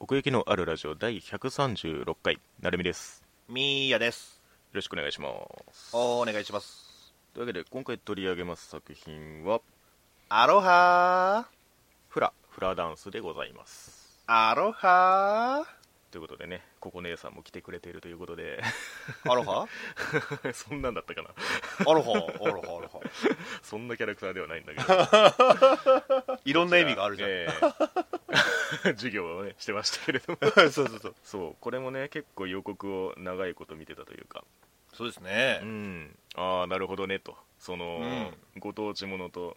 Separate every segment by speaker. Speaker 1: 奥行きのあるラジオ第136回なるみです
Speaker 2: みーやです
Speaker 1: よろしくお願いします
Speaker 2: お願いします
Speaker 1: というわけで今回取り上げます作品は
Speaker 2: アロハ
Speaker 1: フラフラダンスでございます
Speaker 2: ーアロハ
Speaker 1: ということでねここ姉さんも来てくれているということで
Speaker 2: ーアロハ
Speaker 1: そんなんだったかな
Speaker 2: アロハアロハアロハ
Speaker 1: そんなキャラクターではないんだけ ど
Speaker 2: いろんな意味があるじゃん、
Speaker 1: え え授業をねしてましたけれども
Speaker 2: そうそうそう
Speaker 1: そうこれもね結構予告を長いこと見てたというか
Speaker 2: そうですね
Speaker 1: うん、ああなるほどねとその、
Speaker 2: う
Speaker 1: ご当地ものと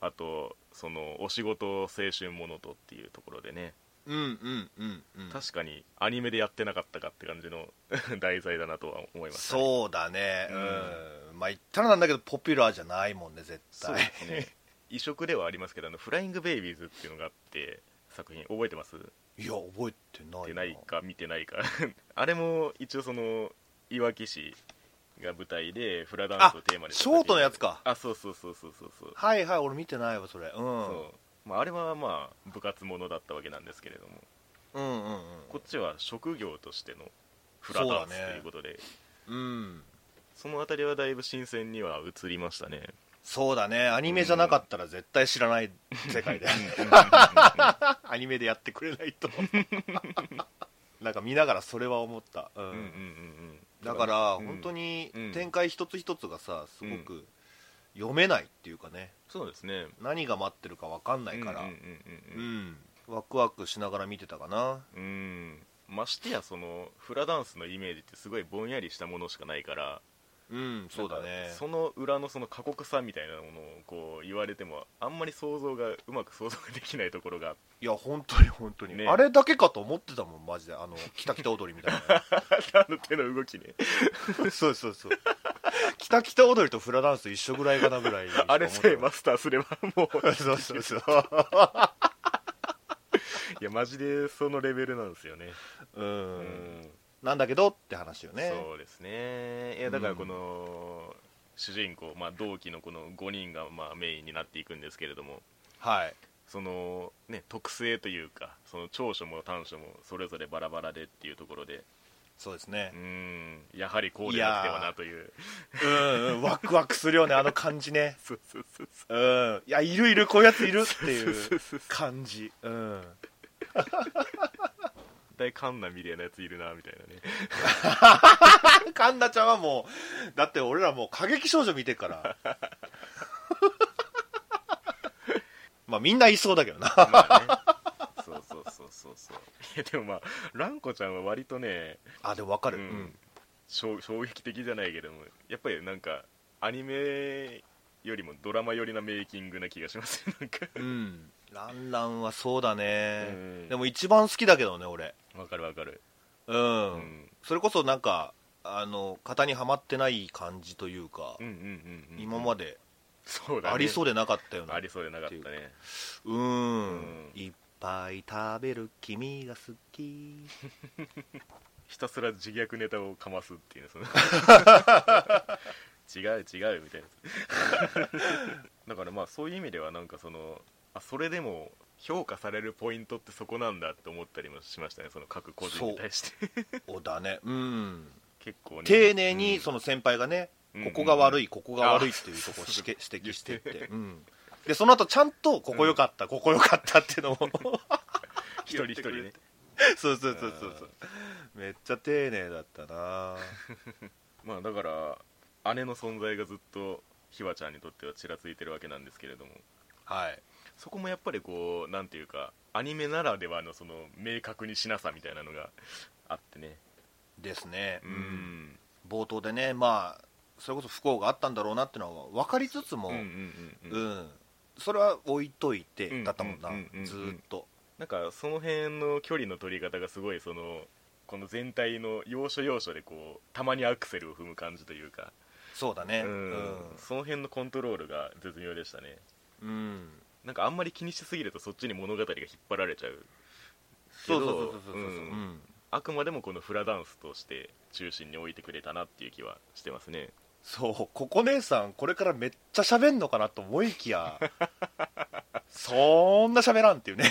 Speaker 1: あとそのお仕事青春ものとっていうところでね、
Speaker 2: うんうんうんうん
Speaker 1: 確かにアニメでやってなかったかって感じの 題材だなとは思いましたね、
Speaker 2: そうだね
Speaker 1: う
Speaker 2: うんん、まあ言ったらなんだけどポピュラーじゃないもんね絶
Speaker 1: そうで
Speaker 2: 対
Speaker 1: すね異色ではありますけどあのフライングベイビーズっていうのがあって作品覚えてます
Speaker 2: いや覚えてな
Speaker 1: 見
Speaker 2: い
Speaker 1: てないか見てないか あれも一応そのいわき市が舞台でフラダンスをテーマにした
Speaker 2: ショートのやつか
Speaker 1: あそうそうそうそうそうそう
Speaker 2: はいはい俺見てないわそれうん
Speaker 1: そうまあ、あれはまあ部活ものだったわけなんですけれども
Speaker 2: うんうん
Speaker 1: こっちは職業としてのフラダンスと
Speaker 2: そうだね
Speaker 1: いうことで
Speaker 2: うんうん
Speaker 1: そ,、のあたりはだいぶ新鮮には映りましたね
Speaker 2: そうだねアニメじゃなかったら絶対知らない世界だよねアニメでやってくれないと なんか見ながらそれは思った、うん
Speaker 1: うんうんうんうん
Speaker 2: だから
Speaker 1: うん
Speaker 2: 本当に
Speaker 1: うん
Speaker 2: 展開一つ一つがさすごく読めないっていうかね
Speaker 1: そうですね
Speaker 2: 何が待ってるか分かんないから
Speaker 1: うんうん
Speaker 2: う
Speaker 1: うん
Speaker 2: んワクワクしながら見てたかな
Speaker 1: うん、うんましてやそのフラダンスのイメージってすごいぼんやりしたものしかないから
Speaker 2: うんそうだ
Speaker 1: なん
Speaker 2: ね
Speaker 1: かその裏のその過酷さみたいなものをこう言われてもあんまり想像がうまく想像できないところが あっ
Speaker 2: いや本当に本当に、
Speaker 1: ね
Speaker 2: あれだけかと思ってたもんマジ であのキタキタ踊りみたい
Speaker 1: てあの手の動きね
Speaker 2: な そうそうそうキタキタ踊りとフラダンス一緒ぐらいかなぐらいしか思ってな か
Speaker 1: あ
Speaker 2: った
Speaker 1: れさえマスターすればもう
Speaker 2: そうそうそう
Speaker 1: いやマジでそのレベルなんですよね
Speaker 2: う
Speaker 1: うん
Speaker 2: んなんだけどって話よね
Speaker 1: そうですねいやだからこの、主人公、まあ、同期のこの5人がまあメインになっていくんですけれども
Speaker 2: はい
Speaker 1: そのね特性というかその長所も短所もそれぞれバラバラでっていうところで
Speaker 2: そうですね
Speaker 1: う、んやはりこうでなくてはなという
Speaker 2: うんうん、ワクワクするよ ねあの感じね
Speaker 1: そうそうそうそ
Speaker 2: うんいやいるいるこういうやついるっていう
Speaker 1: そうそうそう
Speaker 2: 感じうん
Speaker 1: う大カンナみたいなやついるなみたいなね
Speaker 2: 神田ちゃんはもうだって俺らもう過激少女見てっから まあみんないそうだけどな
Speaker 1: まあねそうそうそうそうそういやでもまあ蘭子ちゃんは割とね
Speaker 2: あでもわかる、
Speaker 1: うん衝衝撃的じゃないけどもやっぱりなんかアニメよりもドラマ寄りなメイキングな気がしますよなんか
Speaker 2: うん、ランランはそうだね、
Speaker 1: うん
Speaker 2: でも一番好きだけどね俺
Speaker 1: わかるわかる
Speaker 2: うん、
Speaker 1: うん
Speaker 2: それこそなんかあの型にはまってない感じというか、
Speaker 1: うんうんうんうん
Speaker 2: 今まで
Speaker 1: そうだね
Speaker 2: ありそううでなかったよね
Speaker 1: ありそうでなかったね
Speaker 2: うー
Speaker 1: うん
Speaker 2: んいっぱい食べる君が好 き
Speaker 1: ひたすら自虐ネタをかますっていうねそ の違う違うみたいな だからまあそういう意味ではなんかそのあそれでも評価されるポイントってそこなんだって思ったりもしましたねその各個人に対して
Speaker 2: おだねうん
Speaker 1: 結構ね
Speaker 2: 丁寧に
Speaker 1: うん
Speaker 2: その先輩がね、
Speaker 1: うん
Speaker 2: ここが悪いここが悪いっていうとこをしけ指摘してって、うん、でその後ちゃんとここ良かった、ここ良かったって いうのも
Speaker 1: 一人一人ね
Speaker 2: そうそうそうそうそうめっちゃ丁寧だったな
Speaker 1: まあだから姉の存在がずっとひわちゃんにとってはちらついてるわけなんですけれども
Speaker 2: はい
Speaker 1: そこもやっぱりこうなんていうかアニメならではのその明確にしなさみたいなのがあってね
Speaker 2: ですね
Speaker 1: う、ん
Speaker 2: 冒頭でねまあそれこそ不幸があったんだろうなってのは分かりつつも、
Speaker 1: うんうんうん
Speaker 2: う
Speaker 1: うん
Speaker 2: ん、それは置いといて、
Speaker 1: うん
Speaker 2: だったもんな、
Speaker 1: うんうんうんうん
Speaker 2: ずーっと
Speaker 1: なんかその辺の距離の取り方がすごいそのこの全体の要所要所でこうたまにアクセルを踏む感じというか、
Speaker 2: そうだ
Speaker 1: う
Speaker 2: ねうんん、
Speaker 1: その辺のコントロールが絶妙でしたね
Speaker 2: うん
Speaker 1: なんかあんまり気にしすぎるとそっちに物語が引っ張られちゃうけ
Speaker 2: そう
Speaker 1: ど
Speaker 2: そうそうそうそうそう、
Speaker 1: うん
Speaker 2: うん
Speaker 1: あくまでもこのフラダンスとして中心に置いてくれたなっていう気はしてますね
Speaker 2: そうここ姉さんこれからめっちゃ喋んのかなと思い きやそんな喋らんっていうね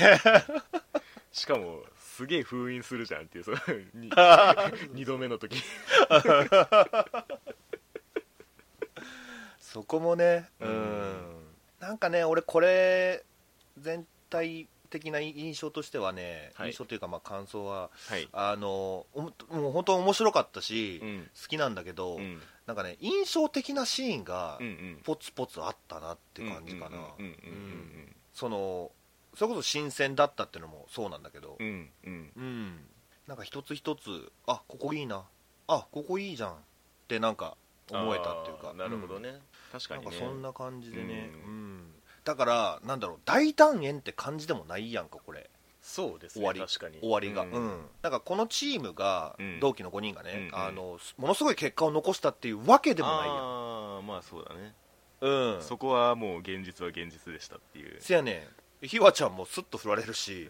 Speaker 1: しかもすげえ封印するじゃんっていうその に二度目の時
Speaker 2: そこもねうん、なんかね俺これ全体的な印象としてはね、
Speaker 1: はい
Speaker 2: 印象というかまあ感想は
Speaker 1: はい、
Speaker 2: あのおももう本当面白かったし、
Speaker 1: うん
Speaker 2: 好きなんだけど、
Speaker 1: うん、うん
Speaker 2: なんかね印象的なシーンが
Speaker 1: うん
Speaker 2: ポツポツあったなって感じかな、
Speaker 1: うんうん
Speaker 2: そのそれこそ新鮮だったっていうのもそうなんだけど
Speaker 1: うんうんうんうん
Speaker 2: うん、なんか一つ一つあここいいなあここいいじゃんってなんか思えたっていうか
Speaker 1: あーなるほどね、確か
Speaker 2: うん
Speaker 1: に
Speaker 2: な
Speaker 1: ね
Speaker 2: んかそんな感じでね、
Speaker 1: う
Speaker 2: う
Speaker 1: ん
Speaker 2: だからなんだろう大団円って感じでもないやんかこれ
Speaker 1: そうです
Speaker 2: 終
Speaker 1: ね
Speaker 2: わり
Speaker 1: 確かに
Speaker 2: 終わりが、
Speaker 1: う
Speaker 2: うんんなんかこのチームが、
Speaker 1: うん
Speaker 2: 同期の5人がね、
Speaker 1: うんうん
Speaker 2: あのものすごい結果を残したっていうわけでもないやん
Speaker 1: ああまあそうだね、
Speaker 2: うん
Speaker 1: そこはもう現実は現実でしたっていう
Speaker 2: せやねんひわちゃんもスッと振られる し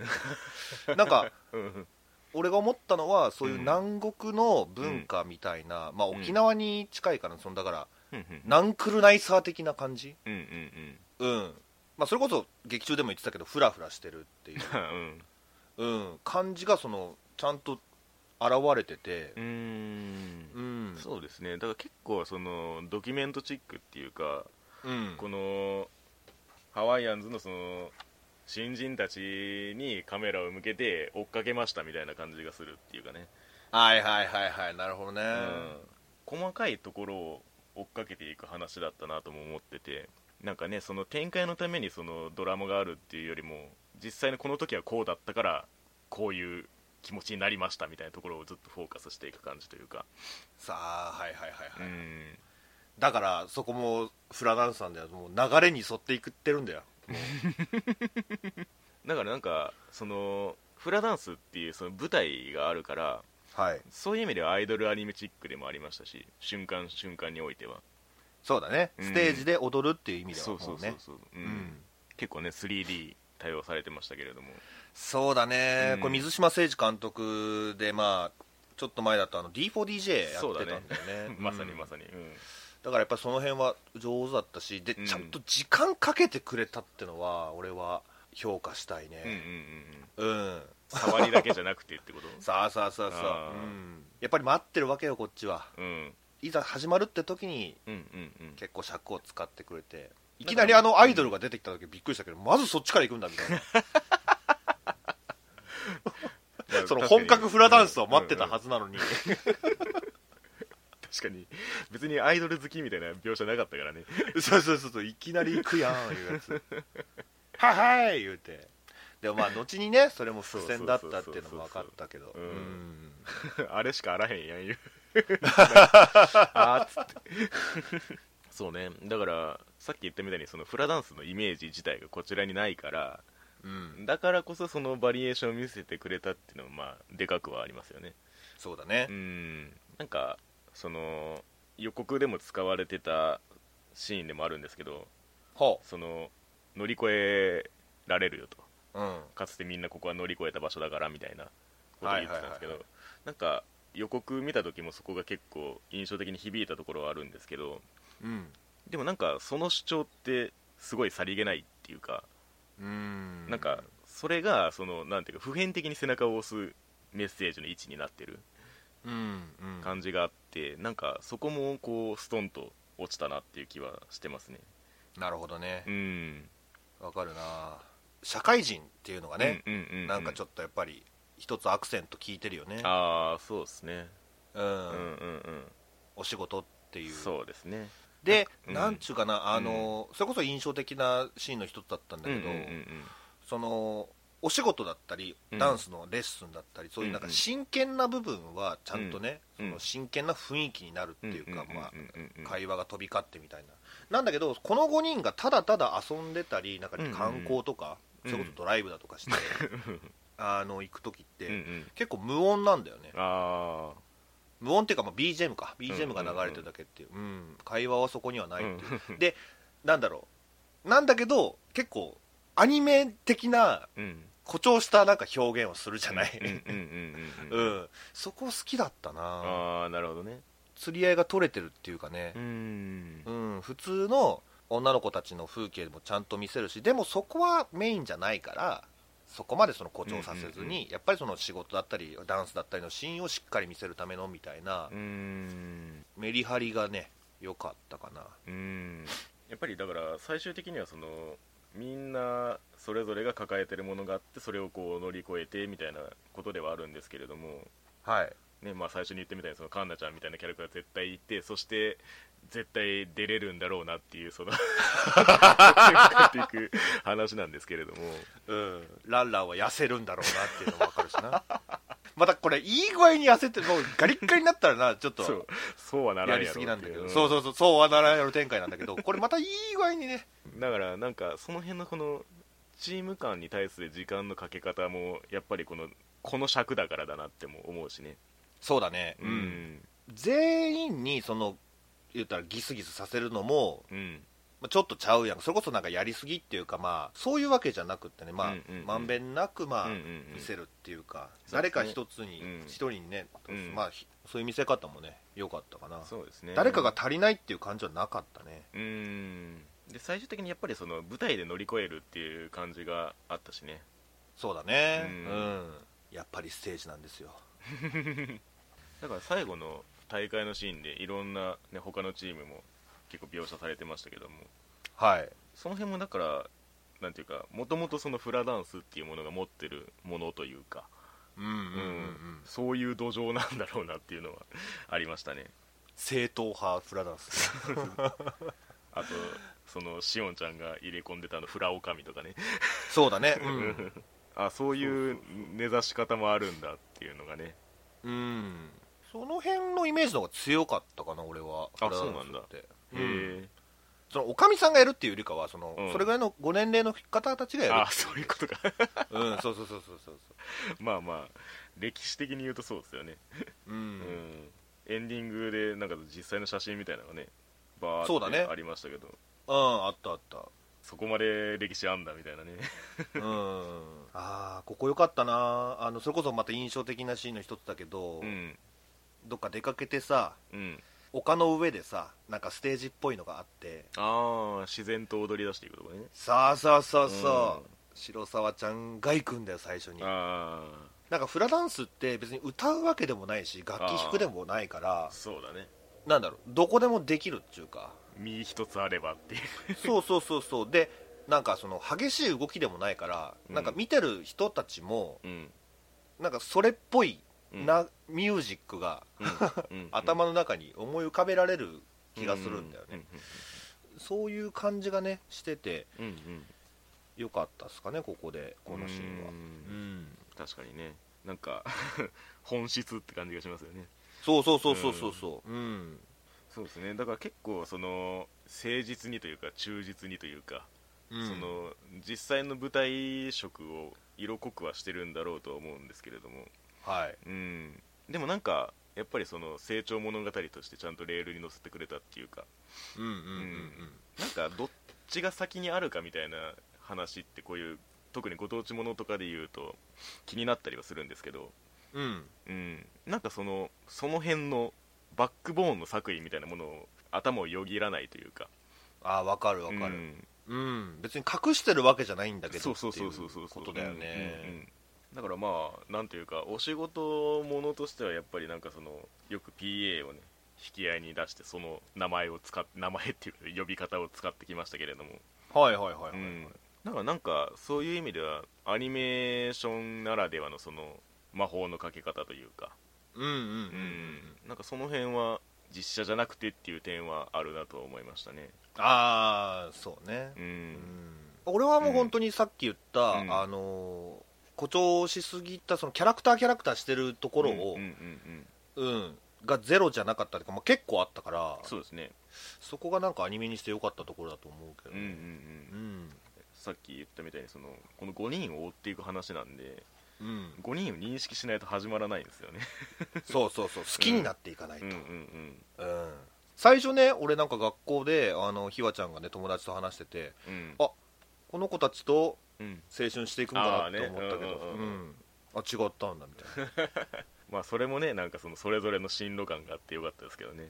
Speaker 2: なんか
Speaker 1: うん
Speaker 2: 俺が思ったのはそういううん南国の文化みたいな、まあ
Speaker 1: うん
Speaker 2: 沖縄に近いからそのだから
Speaker 1: うん
Speaker 2: ナンクルナイサー的な感じ
Speaker 1: うんうんうん
Speaker 2: うんまあそれこそ劇中でも言ってたけどフラフラしてるって いう、
Speaker 1: うん
Speaker 2: うん、感じがそのちゃんと現れてて
Speaker 1: うーん
Speaker 2: うん
Speaker 1: そうですねだから結構そのドキュメントチックっていうか
Speaker 2: うん
Speaker 1: このハワイアンズのその新人たちにカメラを向けて追っかけましたみたいな感じがするっていうかね、
Speaker 2: はいはいはいはいなるほどね、
Speaker 1: うん細かいところを追っかけていく話だったなとも思っててなんかねその展開のためにそのドラマがあるっていうよりも実際のこの時はこうだったからこういう気持ちになりましたみたいなところをずっとフォーカスしていく感じというか、
Speaker 2: さあはいはいはいはい、
Speaker 1: うん
Speaker 2: だからそこもフラダンスなんだよもう流れに沿っていくってるんだよ
Speaker 1: だからなんかそのフラダンスっていうその舞台があるから
Speaker 2: はい
Speaker 1: そういう意味ではアイドルアニメチックでもありましたし瞬間瞬間においては
Speaker 2: そうだね
Speaker 1: うん
Speaker 2: ステージで踊るっていう意味では
Speaker 1: そ
Speaker 2: もう
Speaker 1: う
Speaker 2: ね
Speaker 1: そうそうそう、うん
Speaker 2: うん
Speaker 1: 結構ね 3D 対応されてましたけれども
Speaker 2: そうだね、
Speaker 1: うん
Speaker 2: これ水島誠二監督で、まあ、ちょっと前だとあの D4DJ やってたんだよね
Speaker 1: まさにま
Speaker 2: に
Speaker 1: さに、うん
Speaker 2: だからやっぱりその辺は上手だったしで
Speaker 1: うん
Speaker 2: ちゃんと時間かけてくれたってのは俺は評価したい
Speaker 1: うんうんうん
Speaker 2: ね
Speaker 1: うん
Speaker 2: うん、
Speaker 1: 触りだけじゃなくて ってこと
Speaker 2: さあさあさあさあ
Speaker 1: あー
Speaker 2: うんやっぱり待ってるわけよこっちは
Speaker 1: うんうん
Speaker 2: いざ始まるって時に
Speaker 1: うんうん
Speaker 2: 結構尺を使ってくれていきなりあのアイドルが出てきた時びっくりしたけどまずそっちから行くんだみたいなその本格フラダンスを待ってたは
Speaker 1: ず、
Speaker 2: ずなのに
Speaker 1: 確かに別にアイドル好きみたいな描写なかったからね
Speaker 2: そうそうそうそういきなり行くやんいうやつ はいはい言うてでもまあ後にねそれも伏線だったっていうのも分かったけど
Speaker 1: そうそうそ
Speaker 2: う
Speaker 1: うそうん あれしかあらへんやん言うあーっつってそうねだからさっき言ったみたいにそのフラダンスのイメージ自体がこちらにないから
Speaker 2: うん
Speaker 1: だからこそそのバリエーションを見せてくれたっていうのはまあでかくはありますよね
Speaker 2: そうだね
Speaker 1: うんなんかその予告でも使われてたシーンでもあるんですけど
Speaker 2: ほ
Speaker 1: その乗り越えられるよと
Speaker 2: ううん
Speaker 1: かつてみんなここは乗り越えた場所だからみたいなことを言ってたんですけど、
Speaker 2: はいはいはいは
Speaker 1: なんか予告見た時もそこが結構印象的に響いたところはあるんですけど
Speaker 2: うん
Speaker 1: でもなんかその主張ってすごいさりげないっていうか
Speaker 2: うん
Speaker 1: なんかそれがそのなんていうか普遍的に背中を押すメッセージの位置になってる
Speaker 2: うんうん
Speaker 1: 感じがあって、なんかそこもこうストンと落ちたなっていう気はしてますね
Speaker 2: なるほどね
Speaker 1: うん
Speaker 2: 分かるな社会人っていうのがね
Speaker 1: うんうんう
Speaker 2: なんかちょ
Speaker 1: っ
Speaker 2: っとやっぱり一つアクセント効いてるよね
Speaker 1: ああそうですね
Speaker 2: う
Speaker 1: うんうん
Speaker 2: ん
Speaker 1: うん
Speaker 2: お仕事っていう
Speaker 1: そうですね
Speaker 2: で
Speaker 1: うん
Speaker 2: なんちゅうかなあのそれこそ印象的なシーンの一つだったんだ
Speaker 1: うんう
Speaker 2: け
Speaker 1: んう
Speaker 2: ど
Speaker 1: んうん
Speaker 2: そのお仕事だったり
Speaker 1: うん
Speaker 2: ダンスのレッスンだったり、そういうなん
Speaker 1: う
Speaker 2: か
Speaker 1: んうん
Speaker 2: 真剣な部分はちゃんとね、
Speaker 1: うん
Speaker 2: その真剣な雰囲気になるっていうか、まあ、
Speaker 1: い
Speaker 2: 会話が飛び交ってみたいななんだけどこの5人がただただ遊んでたりなんか
Speaker 1: うんうん
Speaker 2: 観光とか、
Speaker 1: うん
Speaker 2: それこそドライブだとかして、 あの行く時って、
Speaker 1: うんうん
Speaker 2: 結構無音なんだよね
Speaker 1: あ
Speaker 2: 無音っていうか、まあ、BGM か
Speaker 1: んうん
Speaker 2: BGM が流れてるだけっていう、うん会話はそこにはないっていう、でなんだろうなんだけど結構アニメ的な
Speaker 1: あうん
Speaker 2: 誇張したなんか表現をするじゃない、
Speaker 1: うんうんうん
Speaker 2: う
Speaker 1: うんうん
Speaker 2: ん、そこ好きだったな
Speaker 1: ああなるほどね
Speaker 2: 釣り合いが取れてるっていうかね
Speaker 1: う、ん
Speaker 2: うん普通の女の子たちの風景もちゃんと見せるしでもそこはメインじゃないからそこまでその誇張させずに、やっぱりその仕事だったりダンスだったりのシーンをしっかり見せるためのみたいな
Speaker 1: うーん
Speaker 2: メリハリがね良かったかな
Speaker 1: うーんやっぱりだから最終的にはそのみんなそれぞれが抱えてるものがあってそれをこう乗り越えてみたいなことではあるんですけれども、
Speaker 2: はい
Speaker 1: ねまあ、最初に言ってみたいにそのカンナちゃんみたいなキャラクターが絶対いてそして絶対出れるんだろうなっていうその 勝っていく話なんですけれども
Speaker 2: うんランランは痩せるんだろうなっていうのも分かるしな またこれいい具合に痩せてもうガリッガリになったらなちょっ
Speaker 1: そう
Speaker 2: と
Speaker 1: そうはなら
Speaker 2: や
Speaker 1: ん
Speaker 2: り
Speaker 1: や
Speaker 2: す
Speaker 1: ろ
Speaker 2: ぎなんだけ
Speaker 1: ってい
Speaker 2: ど
Speaker 1: う
Speaker 2: そうそうそうそうはならんやろ展開なんだ けどこれまたいい具合にね
Speaker 1: だからなんかその辺のこのチーム間に対する時間のかけ方もやっぱりこのこの尺だからだなっても思うしね
Speaker 2: そうだね全員にその言ったらギスギスさせるのも
Speaker 1: うんうん
Speaker 2: まあちょっとちゃうやんそれこそなんかやりすぎっていうかまあそういうわけじゃなくってねまあ
Speaker 1: うんうんうん
Speaker 2: まんべんなくまあ
Speaker 1: うんうんうん
Speaker 2: 見せるっていうか
Speaker 1: そう
Speaker 2: 誰
Speaker 1: ですね
Speaker 2: か一つに
Speaker 1: うん
Speaker 2: 一人にね
Speaker 1: うん
Speaker 2: まあひそういう見せ方もね良かったかな
Speaker 1: そうですね
Speaker 2: 誰かが足りないっていう感じはなかったね
Speaker 1: うんで最終的にやっぱりその舞台で乗り越えるっていう感じがあったしね
Speaker 2: そうだね
Speaker 1: う
Speaker 2: うんんやっぱりステージなんですよ
Speaker 1: だから最後の大会のシーンでいろんな、ね、他のチームも結構描写されてましたけども
Speaker 2: はい
Speaker 1: その辺もだからなんていうかもともとそのフラダンスっていうものが持ってるものというか
Speaker 2: うんうんうん
Speaker 1: うん
Speaker 2: うん
Speaker 1: そういう土壌なんだろうなっていうのはありましたね
Speaker 2: 正統派フラダンス
Speaker 1: あとそのしおんちゃんが入れ込んでたあのフラオカミとかね
Speaker 2: そうだねうん
Speaker 1: あそういう根ざし方もあるんだっていうのがね
Speaker 2: うんその辺のイメージの方が強かったかな俺は
Speaker 1: あそうなんだ
Speaker 2: って
Speaker 1: へえ
Speaker 2: そのおかみさんがやるっていうよりかはその、
Speaker 1: うん
Speaker 2: それぐらいのご年齢の方たちがや
Speaker 1: あそういうことか
Speaker 2: る うんそうそうそうそうそう
Speaker 1: まあまあ歴史的に言うとそうですよね
Speaker 2: そう、うん
Speaker 1: うん、エンディングでなんか実際の写真みたいなのがねバ
Speaker 2: そうだ
Speaker 1: ー
Speaker 2: ね
Speaker 1: ってありましたけどそ,、
Speaker 2: あったあった
Speaker 1: こまで歴史あんだみたいなね
Speaker 2: うん ああここ良かったなあのそれこそまた印象的なシーンの一つだけど、
Speaker 1: うん
Speaker 2: どっか出かけてさ
Speaker 1: うん
Speaker 2: 丘の上でさなんかステージっぽいのがあって
Speaker 1: ああ自然と踊り出していくとかね
Speaker 2: さあさあさあさあ、
Speaker 1: うん
Speaker 2: 白沢ちゃんが行くんだよ最初に
Speaker 1: あ
Speaker 2: なんかフラダンスって別に歌うわけでもないし楽器弾くでもないか
Speaker 1: あ
Speaker 2: ら
Speaker 1: そうだね
Speaker 2: なんだろうどこでもできるっていうか
Speaker 1: 身一つあればっていう
Speaker 2: そうそうそうそうでなんかその激しい動きでもないから、
Speaker 1: うん
Speaker 2: なんか見てる人たちも
Speaker 1: うん
Speaker 2: なんかそれっぽい
Speaker 1: うん
Speaker 2: な、ミュージックが
Speaker 1: うんうん
Speaker 2: 頭の中に思い浮かべられる気がするんだよね、そういう感じがねしてて
Speaker 1: うんうんうん
Speaker 2: よかったですかねここでこのシーンは
Speaker 1: う
Speaker 2: うんん
Speaker 1: 確かにねなんか 本質って感じがしますよね
Speaker 2: そうそうそうそうそうそううん
Speaker 1: そうですねだから結構その誠実にというか忠実にというか
Speaker 2: うん
Speaker 1: その実際の舞台色を色濃くはしてるんだろうとは思うんですけれども、
Speaker 2: はい
Speaker 1: うん、でもなんかやっぱりその成長物語としてちゃんとレールに乗せてくれたっていうか
Speaker 2: うんうんうん
Speaker 1: なんかどっちが先にあるかみたいな話ってこういう特にご当地ものとかで言うと気になったりはするんですけど、
Speaker 2: うんうん
Speaker 1: うん、なんかそのその辺のバックボーンの作為みたいなものを頭をよぎらないというか
Speaker 2: ああわかるわか
Speaker 1: う
Speaker 2: る、
Speaker 1: ん
Speaker 2: うん、別に隠してるわけじゃないんだけ
Speaker 1: そ
Speaker 2: ど
Speaker 1: うそう
Speaker 2: ってい
Speaker 1: そううそうそう
Speaker 2: ことだよ
Speaker 1: うんうんう
Speaker 2: ね
Speaker 1: んだからまあなんていうかお仕事ものとしてはやっぱりなんかそのよく PA をね引き合いに出してその名前を使っ名前っていう呼び方を使ってきましたけれども、
Speaker 2: はいはいはいはい、
Speaker 1: うん、だからなんかそういう意味ではアニメーションならではのその魔法のかけ方というか、
Speaker 2: うんうんうん
Speaker 1: うんなんかその辺は実写じゃなくてっていう点はあるなとは思いましたね
Speaker 2: ああそうね、
Speaker 1: う
Speaker 2: うん
Speaker 1: ん
Speaker 2: 俺はもう本当にさっき言った、
Speaker 1: うん
Speaker 2: あのー誇張しすぎたそのキャラクターキャラクターしてるところを、
Speaker 1: う
Speaker 2: うん
Speaker 1: うんうんんうん
Speaker 2: がゼロじゃなかったというか、まあ、結構あったから
Speaker 1: そうですね
Speaker 2: そこがなんかアニメにしてよかったところだと思うけ
Speaker 1: う
Speaker 2: ど
Speaker 1: んうんう
Speaker 2: ね
Speaker 1: ん
Speaker 2: うん
Speaker 1: さっき言ったみたいにそのこの5人を追っていく話なんで
Speaker 2: うん、
Speaker 1: 5人を認識しないと始まらないんですよね
Speaker 2: そうそうそう好きになっていかないと、
Speaker 1: うんうんうん
Speaker 2: うん最初ね俺なんか学校であのひわちゃんがね友達と話してて
Speaker 1: うん
Speaker 2: あこの子たちと
Speaker 1: うん
Speaker 2: 青春していくんだなって思ったけど、
Speaker 1: あーねうん
Speaker 2: う
Speaker 1: うん
Speaker 2: んあ違ったんだみた いな
Speaker 1: まあそれもねなんかそのそれぞれの進路感があってよかったですけどね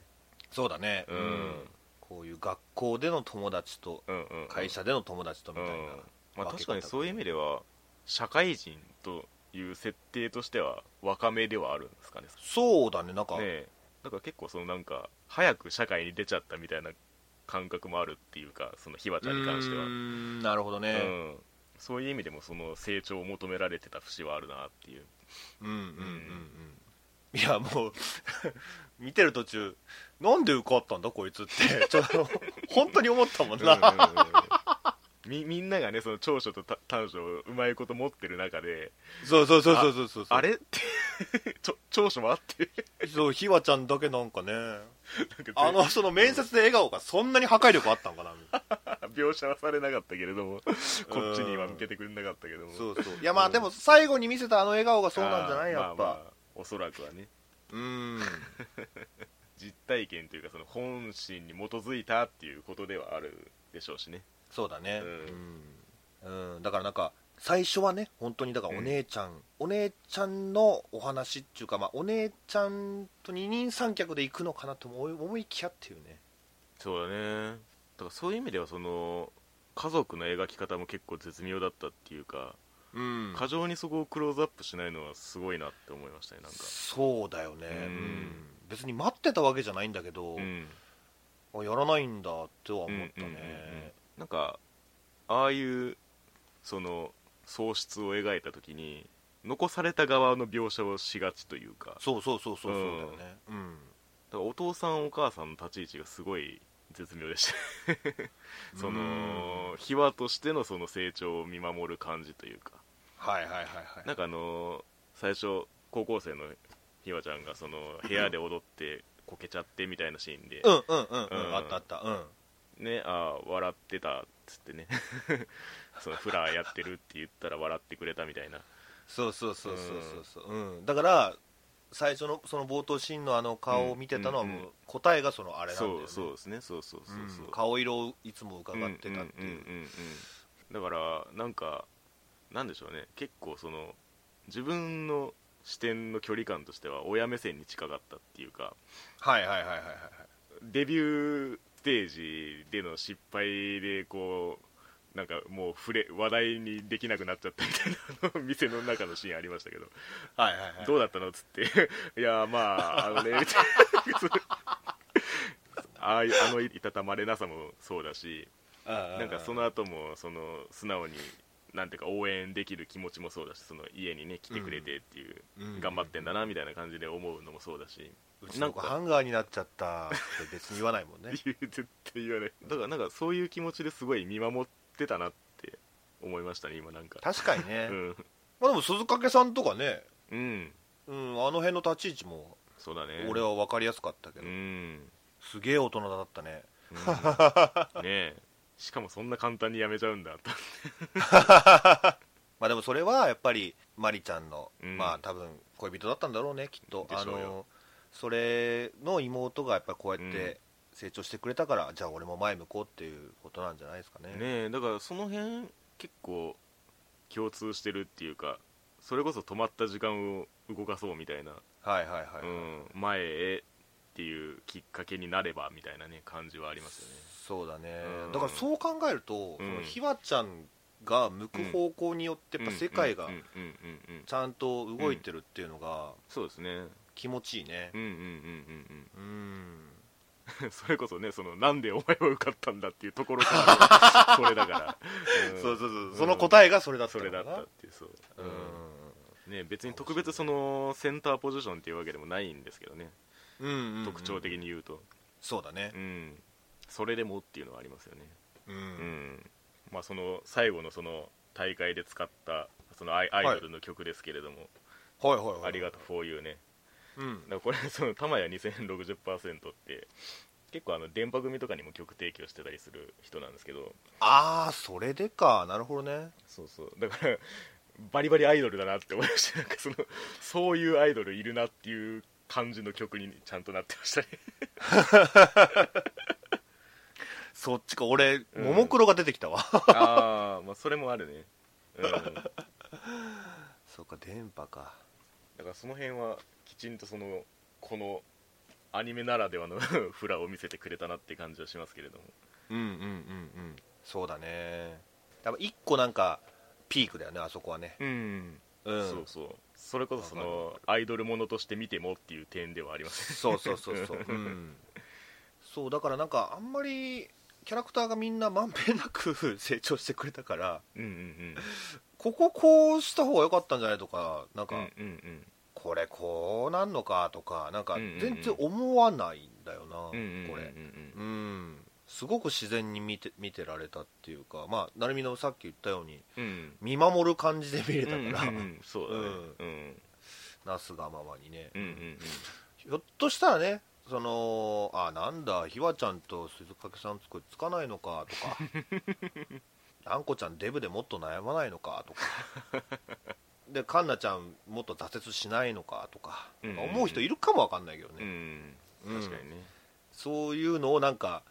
Speaker 2: そうだね
Speaker 1: うん
Speaker 2: こういう学校での友達と
Speaker 1: うんうんうん
Speaker 2: 会社ででの友達とみ
Speaker 1: う
Speaker 2: たい
Speaker 1: ん
Speaker 2: な、
Speaker 1: まあ確かにそういう意味では社会人という設定としては若めではあるんですかね
Speaker 2: そうだねなんか、
Speaker 1: ねえだから結構そのなんか早く社会に出ちゃったみたいな感覚もあるっていうかそのひわちゃんに関しては
Speaker 2: うーんなるほど
Speaker 1: う
Speaker 2: ね、
Speaker 1: ん、そういう意味でもその成長を求められてた節はあるなっていう
Speaker 2: うん、うんうんうんうんいやもう 見てる途中なんで受かったんだこいつってちょっと本当に思ったもんな、
Speaker 1: みみんながねその長所とた短所をうまいこと持ってる中で
Speaker 2: そうそうそうそうそうそう
Speaker 1: あれってちょ長所もあって
Speaker 2: そうひわちゃんだけなんかね
Speaker 1: なんか
Speaker 2: あのその面接で笑顔がそんなに破壊力あったんかなみ たい
Speaker 1: 描写はされなかったけれどもこっちには向けてくれなかったけども
Speaker 2: なそうそういやまあでも最後に見せたあの笑顔がそうなんじゃない
Speaker 1: あー
Speaker 2: やっぱ、
Speaker 1: まあまあおそらくはね
Speaker 2: うーん
Speaker 1: 実体験というかその本心に基づいたっていうことではあるでしょうしね
Speaker 2: そうだね
Speaker 1: う
Speaker 2: うん、うんだからなんか最初はね本当にだからお姉ちゃん、お姉ちゃんのお話っていうか、まあ、お姉ちゃんと二人三脚で行くのかなと思い思いきやっていうね
Speaker 1: そうだねだからそういう意味ではその家族の描き方も結構絶妙だったっていうか、
Speaker 2: うん
Speaker 1: 過剰にそこをクローズアップしないのはすごいなって思いましたねなんか
Speaker 2: そうだよね、
Speaker 1: うん
Speaker 2: うん別に待ってたわけじゃないんだけど、
Speaker 1: うん
Speaker 2: あやらないんだとは思ったね、
Speaker 1: うんうんうんうんなんかああいうその喪失を描いた時に残された側の描写をしがちというかだか
Speaker 2: そうそうそうそうそうだよねうん
Speaker 1: らお父さんお母さんの立ち位置がすごい絶妙で したその秘話としてのその成長を見守る感じというか
Speaker 2: はいはいはいはい
Speaker 1: なんかあのー最初高校生のひわちゃんがその部屋で踊ってこけちゃってみたいなシーンで、
Speaker 2: うんうんうん、う
Speaker 1: うん
Speaker 2: ん、あったあったうん
Speaker 1: ねあー笑ってたっつってね そのフラーやってるって言ったら笑ってくれたみたいな
Speaker 2: そうそうそうそうそうそう、うん、だから最初のその冒頭シーンのあの顔を見てたのはもう
Speaker 1: うんうん
Speaker 2: 答えがそのあれなんだ
Speaker 1: そ
Speaker 2: よね
Speaker 1: うそうですねそうそうそうそう、
Speaker 2: うん顔色をいつも伺ってたって
Speaker 1: うんうん
Speaker 2: いう
Speaker 1: うんうんうんだからなんかなんでしょうね結構その自分の視点の距離感としては親目線に近かったっていうか
Speaker 2: はいはいはいはいはい
Speaker 1: デビューステージでの失敗でこうなんかもう触れ話題にできなくなっちゃったみたいなあの店の中のシーンありましたけど
Speaker 2: はいはいはい
Speaker 1: どうだったのっつって「 いやま ああのね」 みたいなそうああいうあのいたたまれなさもそうだし
Speaker 2: ああ
Speaker 1: なんかその後もその素直になんていうか応援できる気持ちもそうだしその家にね来てくれてっていう、
Speaker 2: うん
Speaker 1: 頑張ってんだなみたいな感じで思うのもそうだし、
Speaker 2: うち
Speaker 1: な
Speaker 2: の
Speaker 1: ん
Speaker 2: 子
Speaker 1: か
Speaker 2: ハンガーになっちゃったって別に言わないも んね
Speaker 1: 言う絶対言わないだからなんかそういう気持ちですごい見守ってたなって思いましたね今なんか
Speaker 2: 確かにね、
Speaker 1: うん、
Speaker 2: まあでも鈴懸さんとかね、
Speaker 1: うん、
Speaker 2: うん、あの辺の立ち位置も
Speaker 1: そうだね
Speaker 2: 俺は分かりやすかったけ
Speaker 1: う
Speaker 2: ど、
Speaker 1: ん、
Speaker 2: すげえ大人だったね
Speaker 1: うんね えしかもそんな簡単にやめちゃうんだと
Speaker 2: まあでもそれはやっぱりマリちゃんの、
Speaker 1: うん
Speaker 2: まあ多分恋人だったんだろうねきっと
Speaker 1: でし
Speaker 2: あ
Speaker 1: ょうよ
Speaker 2: のそれの妹がやっぱりこうやっ
Speaker 1: うん
Speaker 2: て成長してくれたから、じゃあ俺も前向こうっていうことなんじゃないですかね
Speaker 1: ねえだからその辺結構共通してるっていうかそれこそ止まった時間を動かそうみたいな
Speaker 2: はいはいは
Speaker 1: う
Speaker 2: い、
Speaker 1: ん、前へっていうきっかけになればみたいなね感じはありますよね
Speaker 2: そうだね、
Speaker 1: うん
Speaker 2: だからそう考えると、
Speaker 1: うん
Speaker 2: そのひわちゃんが向く方向によってやっぱ世界が
Speaker 1: うんうんうんうんうん
Speaker 2: ちゃんと動いてるっていうのが
Speaker 1: そうですね
Speaker 2: 気持ちいいね
Speaker 1: うんうんうんうん
Speaker 2: うん、
Speaker 1: うん それこそねそのなんでお前は受かったんだっていうところから のそれだから、うん
Speaker 2: そうそうそう、その答えがそれだった
Speaker 1: そ
Speaker 2: の
Speaker 1: れ
Speaker 2: か
Speaker 1: だ
Speaker 2: な
Speaker 1: ったっていうそう、
Speaker 2: うん
Speaker 1: うんね、別に特別そのセンターポジションっていうわけでもないんですけどね、
Speaker 2: うんうんうん
Speaker 1: 特徴的に言うと、
Speaker 2: そうだね
Speaker 1: う、ん、それでもっていうのはありますよね
Speaker 2: うん
Speaker 1: うんまあ、その最後のその大会で使ったそのアイアイドルの曲ですけれども
Speaker 2: はいはい
Speaker 1: 「
Speaker 2: はい
Speaker 1: ありがとう for you ね」
Speaker 2: うん
Speaker 1: だからこれ その玉屋2060%って結構あの電波組とかにも曲提供してたりする人なんですけど
Speaker 2: ああそれでかなるほどね
Speaker 1: そうそうだからバリバリアイドルだなって思いましたなんかそのそういうアイドルいるなっていう感じの曲にちゃんとなってましたね
Speaker 2: そっちか俺
Speaker 1: うん
Speaker 2: ももクロが出てき たわ
Speaker 1: ああまあそれもあるねうんだか
Speaker 2: そうか電波から
Speaker 1: その辺はきちんとそのこのアニメならではの フラを見せてくれたなって感じはしますけれども
Speaker 2: うんうんうんうんそうだねやっぱ一個なんかピークだよねあそこはね
Speaker 1: うん、
Speaker 2: うん
Speaker 1: そうそうそれこそそ
Speaker 2: わ
Speaker 1: のアイドルものとして見てもっていう点ではあります
Speaker 2: そうそうそう そう、うん、そうだからなんかあんまりキャラクターがみんなまんべんなく 成長してくれたから
Speaker 1: うんうん
Speaker 2: こここうした方が良かったんじゃないとかなん
Speaker 1: う
Speaker 2: か、
Speaker 1: んうんうん
Speaker 2: これこうなんのかとかなんか
Speaker 1: うんうんうん
Speaker 2: 全然思わないんだよな、
Speaker 1: うんうんうん
Speaker 2: これ
Speaker 1: うんうん
Speaker 2: うんすごく自然に見て見てられたっていうかまあ成美のさっき言ったように
Speaker 1: うん
Speaker 2: 見守る感じで見れた
Speaker 1: うん
Speaker 2: から、
Speaker 1: うんうんそうだねうん
Speaker 2: なすがままにね、
Speaker 1: うんうん
Speaker 2: ひょっとしたらねそのあなんだひわちゃんと鈴掛さんつくっつかないのかと かあんこちゃんデブでもっと悩まないのかとかでかんなちゃんもっと挫折しないのかとか、
Speaker 1: うんうんうん
Speaker 2: 思う人いるかもわかんないけどね、
Speaker 1: うん
Speaker 2: うん
Speaker 1: 確かにね
Speaker 2: そういうのをなんか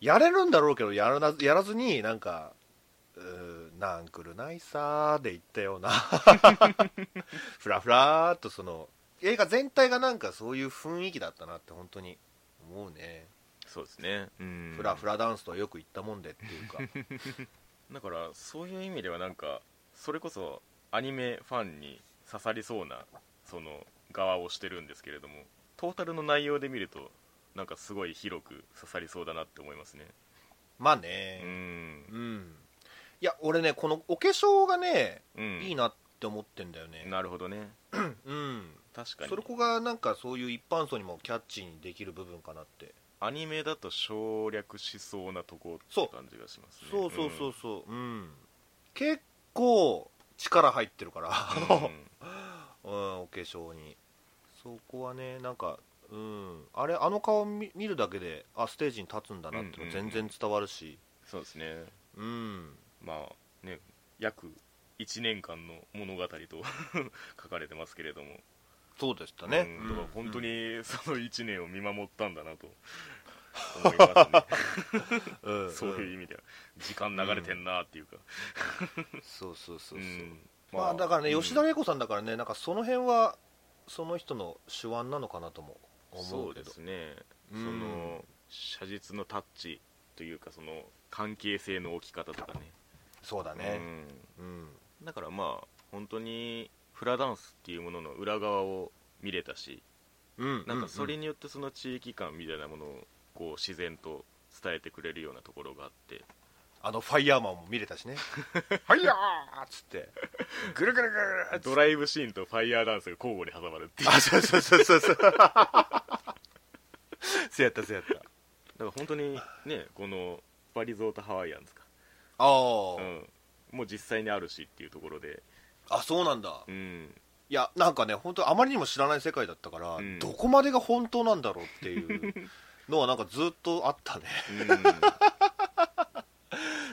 Speaker 2: やれるんだろうけどやらなやらずになんかうーなんくるないさーで言ったよ うなふらふらーっとその映画全体がなんかそういう雰囲気だったなって本当に思うね、
Speaker 1: そうですねうん
Speaker 2: ふらふらダンスとはよく言ったもんでってい うか
Speaker 1: だからそういう意味ではなんかそれこそアニメファンに刺さりそうなその側をしてるんですけれどもトータルの内容で見るとなんかすごい広く刺さりそうだなって思いますね
Speaker 2: まあ
Speaker 1: う
Speaker 2: ね
Speaker 1: ん
Speaker 2: うん、いや俺ねこのお化粧がね、
Speaker 1: うん
Speaker 2: いいなって思ってんだよね
Speaker 1: なるほどね
Speaker 2: うん
Speaker 1: 確かに
Speaker 2: それこがなんかそういう一般層にもキャッチーにできる部分かなって
Speaker 1: アニメだと省略しそうなとこっ
Speaker 2: そう
Speaker 1: て感じがしますね
Speaker 2: そうそうそうそう、うん結構力入ってるから、
Speaker 1: うんうん
Speaker 2: うん、お化粧にそこはねなんかうんあれあの顔見見るだけであステージに立つんだなっての
Speaker 1: うんうんうん
Speaker 2: 全然伝わるし
Speaker 1: そうですね
Speaker 2: うん、
Speaker 1: まあね約1年間の物語と 書かれてますけれども
Speaker 2: そうでしたね、
Speaker 1: うんだから本当
Speaker 2: うん、
Speaker 1: にその1年を見守ったんだなと思いますね
Speaker 2: うんうん
Speaker 1: そういう意味では時間流れてんなっていうか、
Speaker 2: そうそうそうそう、
Speaker 1: うん
Speaker 2: まあ、だからね、
Speaker 1: うん
Speaker 2: 吉田玲子さんだからねなんかその辺はその人の手腕なのかなとも思
Speaker 1: そう
Speaker 2: うけ
Speaker 1: で
Speaker 2: ど
Speaker 1: すね、
Speaker 2: うん
Speaker 1: その写実のタッチというかその関係性の置き方とかね
Speaker 2: そうだねうん、
Speaker 1: うんだからまあ本当にフラダンスっていうものの裏側を見れたし
Speaker 2: うん、
Speaker 1: なんかそれ
Speaker 2: に
Speaker 1: によってその地域感みたいなものをこう自然と伝えてくれるようなところがあって
Speaker 2: あのファイヤーマンも見れ たしね「ファイヤー!」っつってぐるぐるぐるぐるっつっ
Speaker 1: ドライブシーンとファイヤーダンスが交互に挟まるっていう
Speaker 2: てあそうそうそうそうそう そうやったそうやった
Speaker 1: だから本当にねこのバリゾートハワイアンズか、
Speaker 2: ああ、
Speaker 1: うん、もう実際にあるしっていうところで、
Speaker 2: あそうなんだ
Speaker 1: うん、
Speaker 2: いやなんかね本当あまりにも知らない世界だったから、
Speaker 1: うん
Speaker 2: どこまでが本当なんだろうっていうのはなんかずっとあったね
Speaker 1: うん だか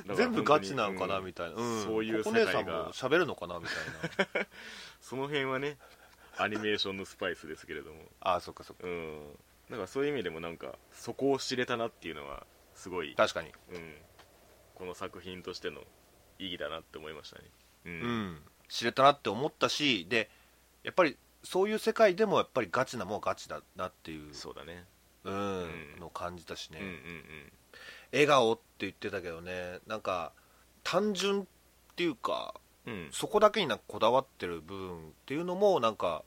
Speaker 1: ら
Speaker 2: 全部ガチな
Speaker 1: 本
Speaker 2: の
Speaker 1: 当に
Speaker 2: かな
Speaker 1: うん
Speaker 2: みたいな、うん
Speaker 1: そういう
Speaker 2: こ
Speaker 1: 世
Speaker 2: こ姉
Speaker 1: 界が
Speaker 2: さんも喋るのかなみたいな
Speaker 1: その辺はねアニメーションのスパイスですけれども、
Speaker 2: あそっかそっか
Speaker 1: うん、だからそういう意味でもなんかそこを知れたなっていうのはすごい、
Speaker 2: 確かに
Speaker 1: うん、この作品としての意義だなって思いましたねう、
Speaker 2: うんん、知れたなって思ったしでやっぱりそういう世界でもやっぱりガチなもんはガチだなっていう
Speaker 1: そうだね
Speaker 2: うん
Speaker 1: うん
Speaker 2: のを感じたしね、
Speaker 1: うんうん
Speaker 2: 笑顔って言ってたけどねなんか単純っていうか
Speaker 1: うんうん
Speaker 2: そこだけになんかこだわってる部分っていうのもなんか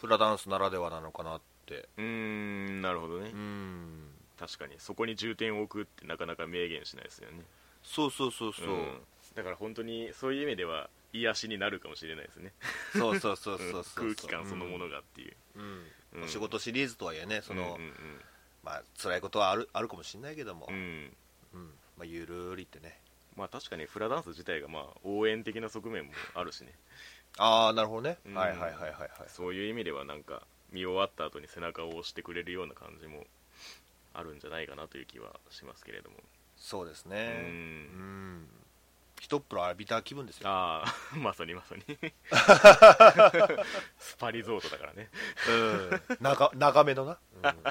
Speaker 2: フラダンスならではなのかなって
Speaker 1: うーんなるほどね
Speaker 2: うん
Speaker 1: 確かにそこに重点を置くってなかなか明言しないですよね
Speaker 2: そうそうそうそう、
Speaker 1: んだから本当にそういう意味では癒しになるかもしれないですね
Speaker 2: そうそうそうそうそうそう
Speaker 1: うん空気感そのものがっていう、
Speaker 2: うん
Speaker 1: うん
Speaker 2: お仕事シリーズとはいえねその、
Speaker 1: うんうん
Speaker 2: まあ辛いことはあるあるかもしれないけども、
Speaker 1: うんうん
Speaker 2: うんまあ、ゆるりってね
Speaker 1: まあ確かにフラダンス自体がまあ応援的な側面もあるしね
Speaker 2: ああなるほどね、
Speaker 1: うん
Speaker 2: はいはいはいはいはい
Speaker 1: そういう意味ではなんか見終わった後に背中を押してくれるような感じもあるんじゃないかなという気はしますけれども、
Speaker 2: そうです
Speaker 1: う
Speaker 2: ねうん
Speaker 1: ん
Speaker 2: 一っ風呂浴びた気分ですよ、
Speaker 1: ああ まさにまさ にスパリゾートだからね
Speaker 2: うん、なが 長めのな、うん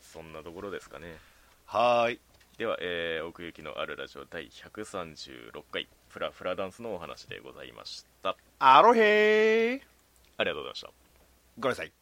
Speaker 1: そんなところですかね
Speaker 2: はーい
Speaker 1: では、えー奥行きのあるラジオ第136回フラフラダンスのお話でございました
Speaker 2: アロヘー
Speaker 1: ありがとうございました
Speaker 2: ごめんなさい